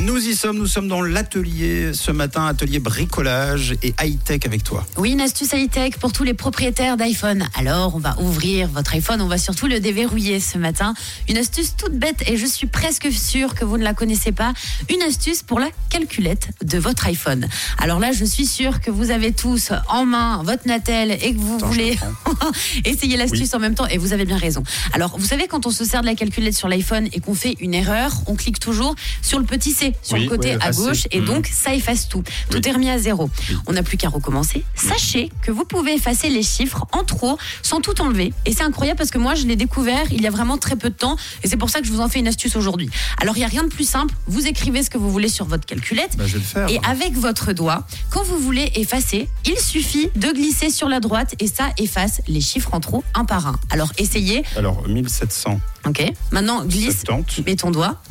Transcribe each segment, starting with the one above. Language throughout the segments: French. Nous y sommes, nous sommes dans l'atelier ce matin, atelier bricolage et high-tech avec toi. Oui, une astuce high-tech pour tous les propriétaires d'iPhone. Alors, on va ouvrir votre iPhone, on va surtout le déverrouiller ce matin. Une astuce toute bête et je suis presque sûre que vous ne la connaissez pas. Une astuce pour la calculette de votre iPhone. Alors là, je suis sûre que vous avez tous en main votre Natel et que vous Attends, je voulez essayer l'astuce en même temps et vous avez bien raison. Alors, vous savez, quand on se sert de la calculette sur l'iPhone et qu'on fait une erreur, on clique toujours sur le petit C, sur Oui, le côté oui, à effacer. gauche et Mhm. donc ça efface tout. Tout est remis à zéro. On n'a plus qu'à recommencer. Sachez que vous pouvez effacer les chiffres en trop sans tout enlever. Et c'est incroyable parce que moi, je l'ai découvert il y a vraiment très peu de temps. Et c'est pour ça que je vous en fais une astuce aujourd'hui. Alors, il n'y a rien de plus simple. Vous écrivez ce que vous voulez sur votre calculette. Bah, je vais le faire. Et avec votre doigt, quand vous voulez effacer, il suffit de glisser sur la droite et ça efface les chiffres en trop un par un. Alors essayez. Alors, 1700, Ok. Maintenant, glisse. 70. Mets ton doigt.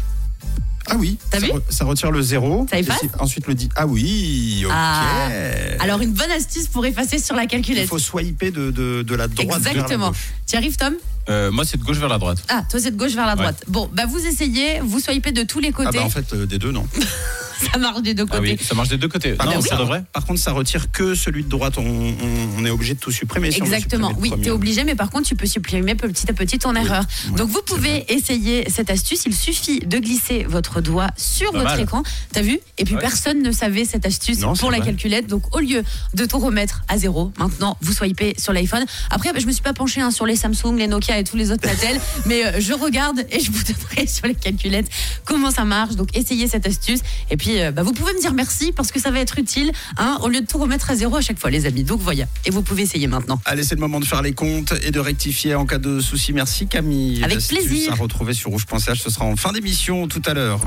Ah oui, T'as ça, vu re- ça retire le zéro. Ça Et efface si- Ensuite, le dit. Ah oui, ok. Ah. Alors une bonne astuce pour effacer sur la Il calculette. faut swiper de, de, de la droite vers la Exactement. gauche. Tu arrives, Tom Euh, moi, c'est de gauche vers la droite. Ah, toi c'est de gauche vers la Ouais. droite. Bon, bah vous essayez, vous swipez de tous les Ah côtés. bah en fait, euh, des deux, non. Ça marche des deux Ah côtés. oui, ça marche des deux côtés. Par, non, contre, ça ça- devrait. par contre, ça retire que celui de droite. On, on- on est obligé de tout supprimer. si on veut Exactement, supprimer oui, le t'es premier. obligé, mais par contre, tu peux supprimer petit à petit ton erreur. Donc, vous pouvez essayer cette astuce. Il suffit de glisser votre doigt sur Pas votre mal. écran. T'as vu Et puis, Ouais. personne ne savait cette astuce Ah Non, c'est pour la vrai. calculette. Donc, au lieu de tout remettre à zéro, maintenant, vous swipez sur l'iPhone. Après, bah, je me suis pas penchée hein, sur les Samsung, les Nokia et tous les autres Natel, mais euh, je regarde et je vous donnerai sur les calculettes comment ça marche. Donc, essayez cette astuce. Et puis, euh, bah, vous pouvez me dire merci parce que ça va être utile, hein, au lieu de tout remettre à zéro à chaque fois, les amis. Donc, voilà. Et vous pouvez essayer maintenant. Allez, c'est le moment de faire les comptes et de rectifier en cas de souci. Merci Camille. Avec L'astuce plaisir. À retrouver sur rouge.ch, ce sera en fin d'émission tout à l'heure.